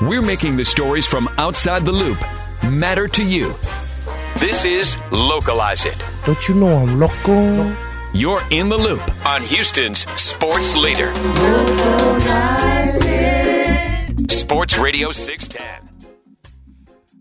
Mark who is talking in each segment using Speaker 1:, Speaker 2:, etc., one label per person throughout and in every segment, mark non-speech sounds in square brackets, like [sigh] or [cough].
Speaker 1: We're making the stories from outside the loop matter to you. This is Localize It.
Speaker 2: Don't you know I'm loco?
Speaker 1: You're in the loop on Houston's sports leader. Sports Radio 610.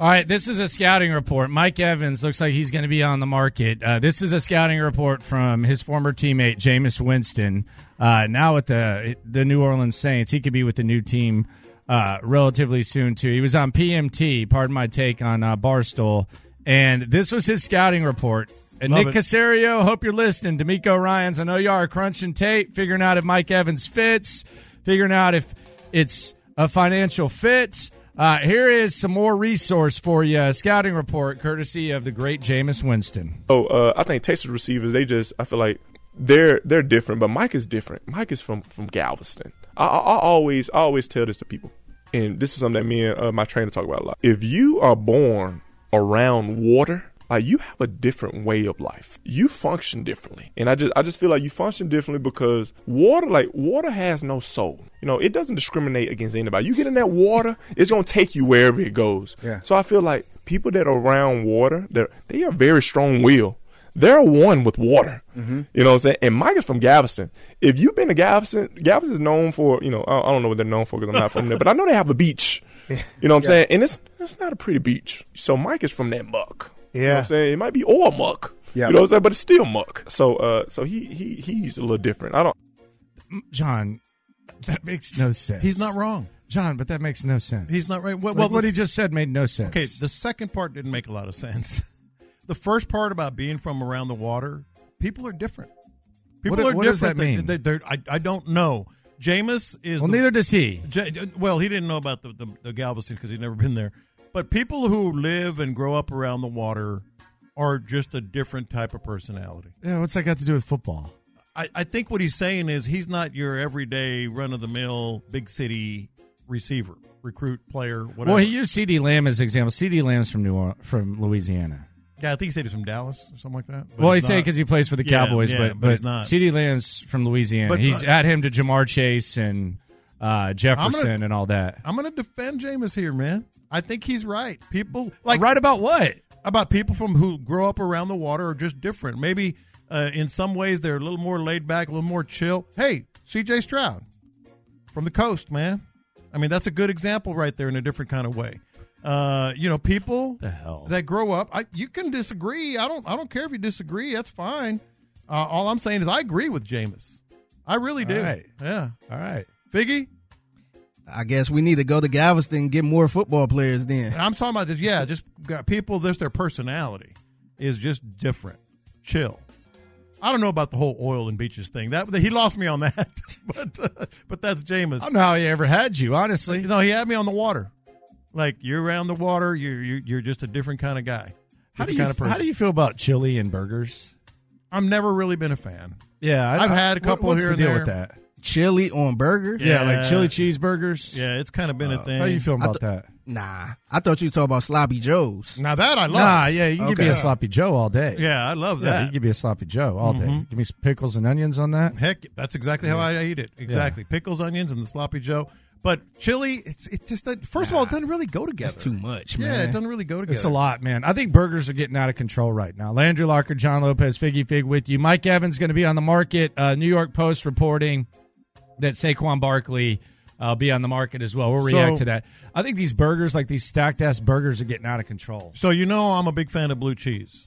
Speaker 3: All right, this is a scouting report. Mike Evans looks like he's going to be on the market. Uh, this is a scouting report from his former teammate Jameis Winston. Uh, now with the the New Orleans Saints, he could be with the new team uh, relatively soon too. He was on PMT, pardon my take on uh, Barstool, and this was his scouting report. And
Speaker 4: Love
Speaker 3: Nick
Speaker 4: it.
Speaker 3: Casario, hope you're listening. D'Amico Ryan's, I know you are crunching tape, figuring out if Mike Evans fits, figuring out if it's a financial fit. Uh, here is some more resource for you, a scouting report courtesy of the great Jameis Winston.
Speaker 4: So uh, I think Texas receivers, they just I feel like they're they're different, but Mike is different. Mike is from from Galveston. I, I, I always I always tell this to people, and this is something that me and uh, my trainer talk about a lot. If you are born around water. Like you have a different way of life. You function differently, and I just I just feel like you function differently because water, like water, has no soul. You know, it doesn't discriminate against anybody. You get in that water, it's gonna take you wherever it goes.
Speaker 3: Yeah.
Speaker 4: So I feel like people that are around water, they're, they are very strong willed. They're one with water.
Speaker 2: Mm-hmm.
Speaker 4: You know what I'm saying? And Mike is from Galveston. If you've been to Galveston, Galveston is known for, you know, I I don't know what they're known for because I'm not from there, but I know they have
Speaker 2: [laughs]
Speaker 4: a beach. You know what I'm saying? And it's it's not a pretty beach. So Mike is from that muck. You know what
Speaker 2: Yeah.
Speaker 4: I'm saying? It might be oil muck.
Speaker 2: Yeah.
Speaker 4: You know what I'm saying? But it's still muck. So uh so he he he's a little different. I don't
Speaker 3: John, that makes no sense.
Speaker 5: He's not wrong.
Speaker 3: John, but that makes no sense.
Speaker 5: He's not right. Well,
Speaker 3: Like,
Speaker 5: well,
Speaker 3: what
Speaker 5: the-
Speaker 3: he just said made no sense.
Speaker 5: Okay, the second part didn't make a lot of sense. [laughs] The first part about being from around the water, people are different. People
Speaker 3: What-
Speaker 5: are
Speaker 3: what
Speaker 5: different.
Speaker 3: does that
Speaker 5: They-
Speaker 3: mean?
Speaker 5: They, they're, I, I don't know. Jameis is
Speaker 3: well,
Speaker 5: the-
Speaker 3: neither does he.
Speaker 5: J- well, he didn't know about the, the, the Galveston because he'd never been there. But people who live and grow up around the water are just a different type of personality.
Speaker 3: Yeah, what's that got to do with football?
Speaker 5: I, I think what he's saying is he's not your everyday run of the mill big city receiver, recruit, player, whatever.
Speaker 3: Well, he used CD Lamb as an example. CD Lamb's from New Orleans, from Louisiana.
Speaker 5: yeah, I think he said he's from Dallas or something like that. but
Speaker 3: well, he
Speaker 5: he's
Speaker 3: say
Speaker 5: not.
Speaker 3: because he plays for the
Speaker 5: Yeah,
Speaker 3: Cowboys,
Speaker 5: yeah,
Speaker 3: but
Speaker 5: but
Speaker 3: but,
Speaker 5: he's not.
Speaker 3: CD Lamb's from Louisiana.
Speaker 5: But- uh,
Speaker 3: he's
Speaker 5: but-
Speaker 3: at him to Jamar Chase and uh, Jefferson and all that.
Speaker 5: I'm going to defend Jameis here, man. I think he's right. People like
Speaker 3: right about what?
Speaker 5: about people from who grow up around the water are just different. Maybe uh, in some ways they're a little more laid back, a little more chill. Hey, C.J. Stroud from the coast, man. I mean, that's a good example right there in a different kind of way. Uh, you know, people that grow up. I, you can disagree. I don't. I don't care if you disagree. That's fine. Uh, all I'm saying is I agree with Jameis. I really do.
Speaker 3: right.
Speaker 5: Yeah,
Speaker 3: All right.
Speaker 5: Figgy.
Speaker 6: I guess we need to go to Galveston and get more football players then.
Speaker 5: And I'm talking about just yeah, just got people. Just their personality is just different. Chill. I don't know about the whole oil and beaches thing. That he lost me on that, [laughs] but uh, but that's Jameis.
Speaker 3: I don't know how he ever had you, honestly.
Speaker 5: No, he had me on the water. Like you're around the water, you're you're, you're just a different kind of guy.
Speaker 3: How do
Speaker 5: Different
Speaker 3: you
Speaker 5: kind of person.
Speaker 3: how do you feel about chili and burgers?
Speaker 5: I've never really been a fan.
Speaker 3: Yeah,
Speaker 5: I've had a couple
Speaker 3: what's
Speaker 5: here
Speaker 3: the
Speaker 5: and
Speaker 3: deal
Speaker 5: there.
Speaker 3: with that.
Speaker 6: Chili on burgers?
Speaker 3: Yeah, like
Speaker 5: Yeah.
Speaker 3: chili cheeseburgers.
Speaker 5: Yeah, it's kind of been a thing.
Speaker 3: Uh, How do you feel
Speaker 6: I
Speaker 3: about that?
Speaker 6: Nah. I thought you were talking about sloppy joes.
Speaker 5: Now that I love.
Speaker 3: Nah, yeah, you can give me
Speaker 6: Okay.
Speaker 3: a sloppy Joe all day.
Speaker 5: Yeah, I love
Speaker 3: Yeah, Mm-hmm.
Speaker 5: that.
Speaker 3: you give me a sloppy Joe all day. Give me some pickles and onions on that.
Speaker 5: Heck, that's exactly how I eat it. Exactly, pickles, onions, and the sloppy Joe. But chili, it's it just doesn't- first of all, it doesn't really go together.
Speaker 6: That's too much,
Speaker 5: Yeah,
Speaker 6: man.
Speaker 5: it doesn't really go together.
Speaker 3: It's a lot, man. I think burgers are getting out of control right now. Landry Locker, John Lopez, Figgy Fig with you. Mike Evans going to be on the market. Uh, New York Post reporting that Saquon Barkley uh, be on the market as well. We'll
Speaker 5: So-
Speaker 3: react to that. I think these burgers, like these stacked ass burgers, are getting out of control.
Speaker 5: So you know I'm a big fan of blue cheese.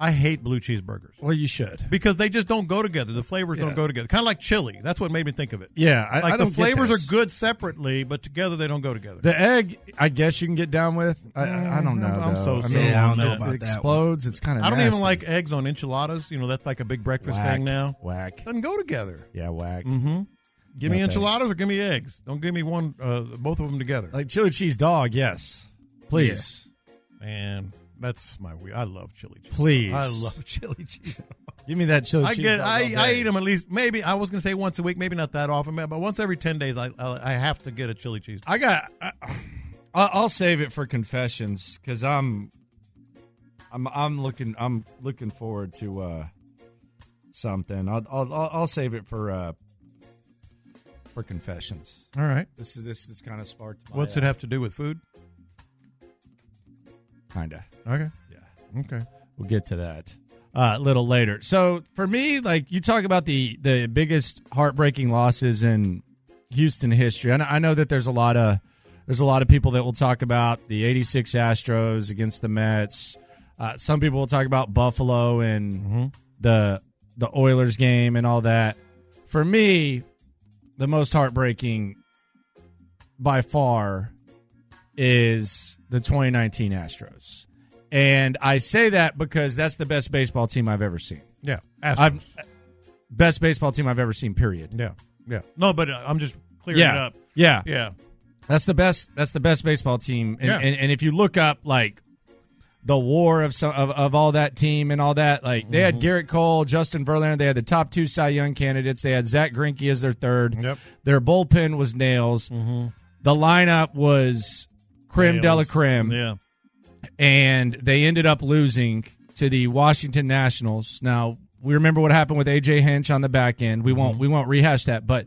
Speaker 5: I hate blue cheeseburgers
Speaker 3: Well, you should.
Speaker 5: because they just don't go together. The flavors
Speaker 3: Yeah.
Speaker 5: don't go together. Kind of like chili. That's what made me think of it.
Speaker 3: Yeah, I,
Speaker 5: like
Speaker 3: I don't
Speaker 5: the
Speaker 3: get
Speaker 5: flavors
Speaker 3: this.
Speaker 5: are good separately, but together they don't go together.
Speaker 3: The egg, I guess you can get down with. I, I I don't know.
Speaker 5: I'm
Speaker 3: though.
Speaker 5: so
Speaker 3: I mean,
Speaker 5: Yeah, I
Speaker 3: it
Speaker 5: don't know about
Speaker 6: that
Speaker 3: explodes. It's kind of.
Speaker 5: I don't even like eggs on enchiladas. You know that's like a big breakfast
Speaker 3: whack,
Speaker 5: thing now. Mm.
Speaker 3: Whack.
Speaker 5: Doesn't go together.
Speaker 3: Yeah, whack.
Speaker 5: Give
Speaker 3: No,
Speaker 5: me
Speaker 3: thanks.
Speaker 5: enchiladas or give me eggs. Don't give me one, uh, both of them together.
Speaker 3: Like chili cheese dog. Yes, please,
Speaker 5: Man, that's my we. I love chili cheese.
Speaker 3: please.
Speaker 5: I
Speaker 3: [laughs]
Speaker 5: love chili cheese.
Speaker 3: Give me that chili
Speaker 5: I
Speaker 3: cheese.
Speaker 5: get.
Speaker 3: dog
Speaker 5: I,
Speaker 3: all
Speaker 5: I
Speaker 3: day.
Speaker 5: eat them at least maybe. I was gonna say once a week, maybe not that often, man, but once every ten days, I I, I have to get a chili cheese.
Speaker 3: I got. I, I'll I'll save it for confessions because I'm, I'm, I'm looking, I'm looking forward to uh, something. I'll, I'll, I'll I'll save it for uh, for confessions.
Speaker 5: All right.
Speaker 3: This is this is kind of sparked. My,
Speaker 5: What's it have to do with food?
Speaker 3: Kinda.
Speaker 5: Okay.
Speaker 3: Yeah.
Speaker 5: Okay.
Speaker 3: We'll get to that uh, a little later. So for me, like you talk about the the biggest heartbreaking losses in Houston history. I know, I know that there's a lot of there's a lot of people that will talk about the '86 Astros against the Mets. Uh, some people will talk about Buffalo and the the Oilers game and all that. For me, the most heartbreaking by far is the 2019 Astros. And I say that because that's the best baseball team I've ever seen.
Speaker 5: Yeah.
Speaker 3: I've best baseball team I've ever seen. Period.
Speaker 5: yeah. Yeah. No, but uh, I'm just clearing it
Speaker 3: Yeah,
Speaker 5: up.
Speaker 3: yeah,
Speaker 5: Yeah.
Speaker 3: That's the best. That's the best baseball team. And,
Speaker 5: Yeah.
Speaker 3: and, and if you look up like the war of some of, of all that team and all that, like they
Speaker 5: Mm-hmm.
Speaker 3: had Garrett Cole, Justin Verlander. They had the top two Cy Young candidates. They had Zach Greinke as their third.
Speaker 5: Yep. Mm-hmm.
Speaker 3: Their bullpen was nails. The lineup was creme de la creme
Speaker 5: Yeah.
Speaker 3: and they ended up losing to the Washington Nationals. Now we remember what happened with AJ Hinch on the back end. We
Speaker 5: Mm-hmm.
Speaker 3: won't we won't rehash that, but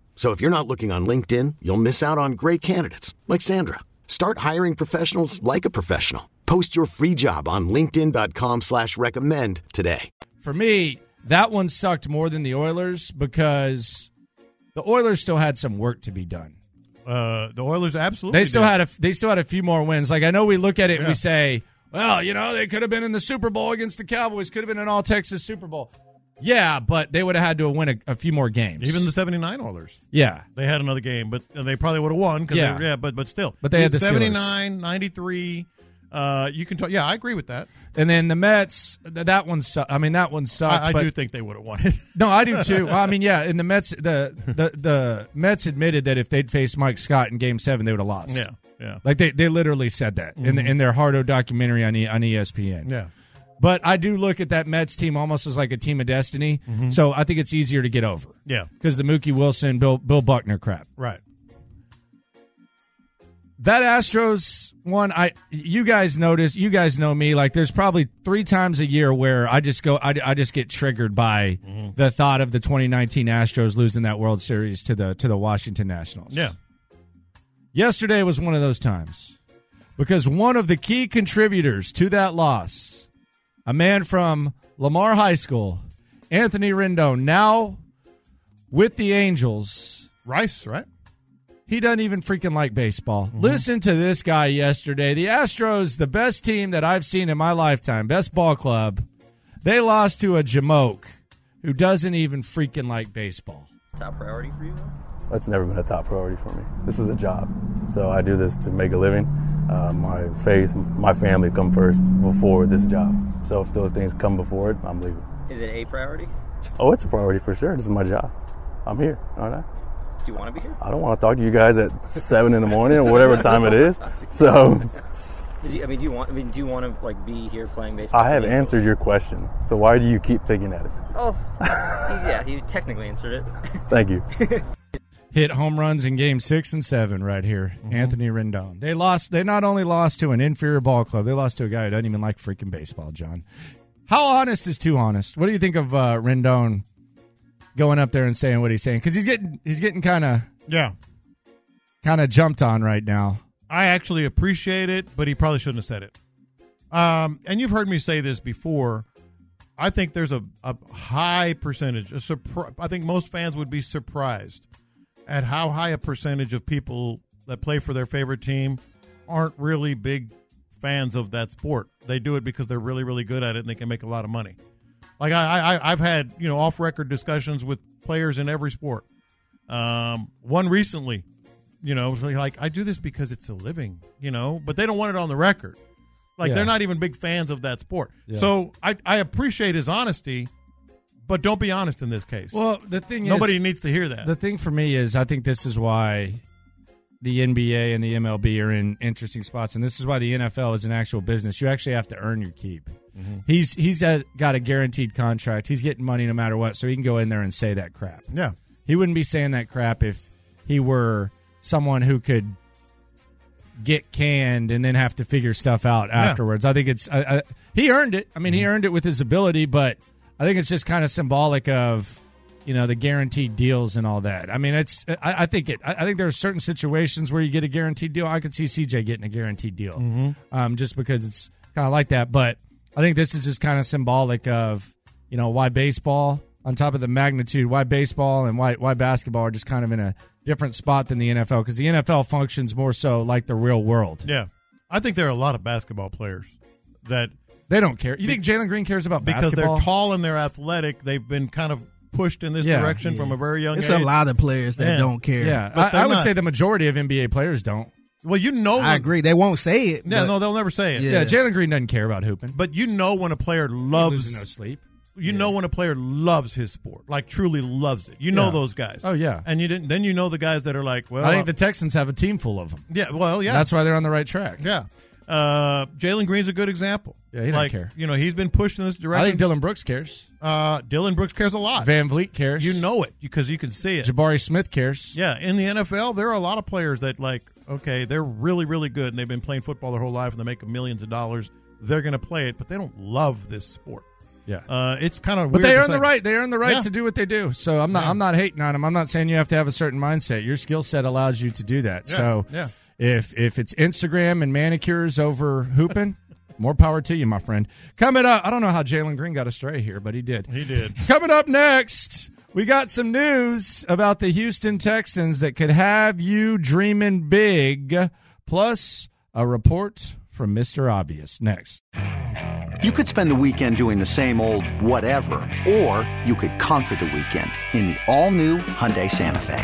Speaker 7: So if you're not looking on LinkedIn, you'll miss out on great candidates like Sandra. Start hiring professionals like a professional. Post your free job on linkedin.com/recommend slash recommend today.
Speaker 3: for me that one sucked more than the Oilers because the Oilers still had some work to be done.
Speaker 5: Uh, the Oilers absolutely.
Speaker 3: They still
Speaker 5: did.
Speaker 3: had a they still had a few more wins. Like I know we look at it and
Speaker 5: Yeah.
Speaker 3: we say, well, you know, they could have been in the Super Bowl against the Cowboys, could have been an All Texas Super Bowl. Yeah, but they would have had to win a, a few more games.
Speaker 5: even the 79 Oilers.
Speaker 3: yeah,
Speaker 5: They had another game, but and they probably would have won. 'cause
Speaker 3: Yeah.
Speaker 5: they, yeah, but but still,
Speaker 3: But they had the Steelers.
Speaker 5: 79, 93. Uh, you can talk. Yeah, I agree with that.
Speaker 3: and then the Mets. th- That one sucked. I mean, that one sucked.
Speaker 5: I, I
Speaker 3: but
Speaker 5: do think they would have won it. [laughs]
Speaker 3: No, I do too. Well, I mean, yeah, and the Mets, the, the the Mets admitted that if they'd faced Mike Scott in Game Seven, they would have lost.
Speaker 5: yeah, yeah,
Speaker 3: like they, they literally said that in the, in their Hardo documentary on e, on ESPN.
Speaker 5: yeah.
Speaker 3: But I do look at that Mets team almost as like a team of destiny. So I think it's easier to get over.
Speaker 5: Yeah.
Speaker 3: because the Mookie Wilson, Bill Bill Buckner crap.
Speaker 5: Right.
Speaker 3: That Astros one, I you guys notice, you guys know me. Like, there's probably three times a year where I just go, I, I just get triggered by the thought of the 2019 Astros losing that World Series to the to the Washington Nationals.
Speaker 5: Yeah.
Speaker 3: Yesterday was one of those times because one of the key contributors to that loss, a man from Lamar High School, Anthony Rendon, now with the Angels.
Speaker 5: Rice, right?
Speaker 3: He doesn't even freaking like baseball. Listen to this guy yesterday. The Astros, the best team that I've seen in my lifetime, best ball club. They lost to a Jamoke who doesn't even freaking like baseball.
Speaker 8: Top priority for you?
Speaker 9: That's never been a top priority for me. This is a job, so I do this to make a living. Uh, my faith, my family come first before this job. So if those things come before it, I'm leaving.
Speaker 8: Is it a priority?
Speaker 9: Oh, it's a priority for sure. This is my job. I'm here, aren't I?
Speaker 8: Do you want to be here?
Speaker 9: I don't want to talk to you guys at seven in the morning or
Speaker 8: [laughs]
Speaker 9: whatever time it is. So
Speaker 8: Do you, I mean, do you want? I mean, do you want to like be here playing baseball?
Speaker 9: I have
Speaker 8: for the Angels?
Speaker 9: answered your question. So why do you keep picking at it?
Speaker 8: Oh, yeah, you technically answered it.
Speaker 9: Thank you.
Speaker 3: hit home runs in game six and seven right here. Anthony Rendon. Mm-hmm. They lost. They not only lost to an inferior ball club, they lost to a guy who doesn't even like freaking baseball. John, how honest is too honest? What do you think of uh, Rendon going up there and saying what he's saying? Because he's getting he's getting kind of
Speaker 5: yeah,
Speaker 3: kind of jumped on right now.
Speaker 5: I actually appreciate it, but he probably shouldn't have said it. Um, and you've heard me say this before. I think there's a, a high percentage. A surpri- I think most fans would be surprised at how high a percentage of people that play for their favorite team aren't really big fans of that sport. They do it because they're really, really good at it and they can make a lot of money. Like I, I I've had you know off record discussions with players in every sport. Um, one recently, you know, was really like I do this because it's a living, you know, but they don't want it on the record. Like
Speaker 10: Yeah.
Speaker 5: they're not even big fans of that sport.
Speaker 10: Yeah.
Speaker 5: So I, I appreciate his honesty, but don't be honest in this case.
Speaker 3: Well, the thing
Speaker 5: nobody
Speaker 3: is-
Speaker 5: needs to hear that.
Speaker 3: The thing for me is, I think this is why the NBA and the MLB are in interesting spots, and this is why the NFL is an actual business. You actually have to earn your keep. He's he's uh, got a guaranteed contract. He's getting money no matter what, so he can go in there and say that crap.
Speaker 5: Yeah.
Speaker 3: he wouldn't be saying that crap if he were someone who could get canned and then have to figure stuff out
Speaker 10: Yeah.
Speaker 3: afterwards. I think it's I, I, he earned it. I mean, he earned it with his ability, but I think it's just kind of symbolic of you know the guaranteed deals and all that. I mean, it's I, I think it. I, I think there are certain situations where you get a guaranteed deal. I could see CJ getting a guaranteed deal
Speaker 10: Mhm.
Speaker 3: um, just because it's kind of like that. But I think this is just kind of symbolic of you know why baseball on top of the magnitude, why baseball and why why basketball are just kind of in a different spot than the NFL because the NFL functions more so like the real world.
Speaker 5: Yeah. I think there are a lot of basketball players that
Speaker 3: they don't care. You think Jalen Green cares about
Speaker 5: because
Speaker 3: basketball?
Speaker 5: they're tall and they're athletic. They've been kind of pushed in this
Speaker 3: Yeah.
Speaker 5: direction from a very young
Speaker 6: It's
Speaker 5: age.
Speaker 6: a lot of players that
Speaker 5: Yeah.
Speaker 6: don't care.
Speaker 3: Yeah, I, I would say the majority of NBA players don't.
Speaker 5: Well, you know,
Speaker 6: I agree. They won't say it.
Speaker 5: Yeah,
Speaker 6: but-
Speaker 5: no, they'll never say it.
Speaker 3: Yeah, Jalen Green doesn't care about hooping.
Speaker 5: But you know when a player loves
Speaker 3: losing no sleep.
Speaker 5: You know when a player loves his sport, like truly loves it. You know
Speaker 3: Yeah.
Speaker 5: those guys.
Speaker 3: Oh, yeah.
Speaker 5: and you didn't. Then you know the guys that are like, well,
Speaker 3: I think the Texans have a team full of them.
Speaker 5: yeah, well, yeah.
Speaker 3: That's why they're on the right track.
Speaker 5: yeah. Uh, Jalen Green's a good example.
Speaker 3: Yeah, he doesn't
Speaker 5: like,
Speaker 3: care.
Speaker 5: You know, he's been pushed in this direction.
Speaker 3: I think Dylan Brooks cares.
Speaker 5: Uh, Dylan Brooks cares a lot.
Speaker 3: Van Vliet cares.
Speaker 5: You know it because you can see it.
Speaker 3: Jabari Smith cares.
Speaker 5: Yeah, in the NFL, there are a lot of players that like, okay, they're really, really good, and they've been playing football their whole life, and they make millions of dollars. They're going to play it, but they don't love this sport.
Speaker 3: Yeah.
Speaker 5: uh, it's kind of.
Speaker 3: But they earn the right. They earn the right to do what they do. So I'm not. I'm not hating on them. I'm not saying you have to have a certain mindset. Your skill set allows you to do that.
Speaker 5: Yeah,
Speaker 3: So
Speaker 5: yeah.
Speaker 3: if if it's Instagram and manicures over hooping, [laughs] more power to you, my friend. Coming up, I don't know how Jalen Green got astray here, but he did.
Speaker 5: He did.
Speaker 3: [laughs] Coming up next, we got some news about the Houston Texans that could have you dreaming big. Plus a report from Mr. Obvious next.
Speaker 11: You could spend the weekend doing the same old whatever, or you could conquer the weekend in the all-new Hyundai Santa Fe.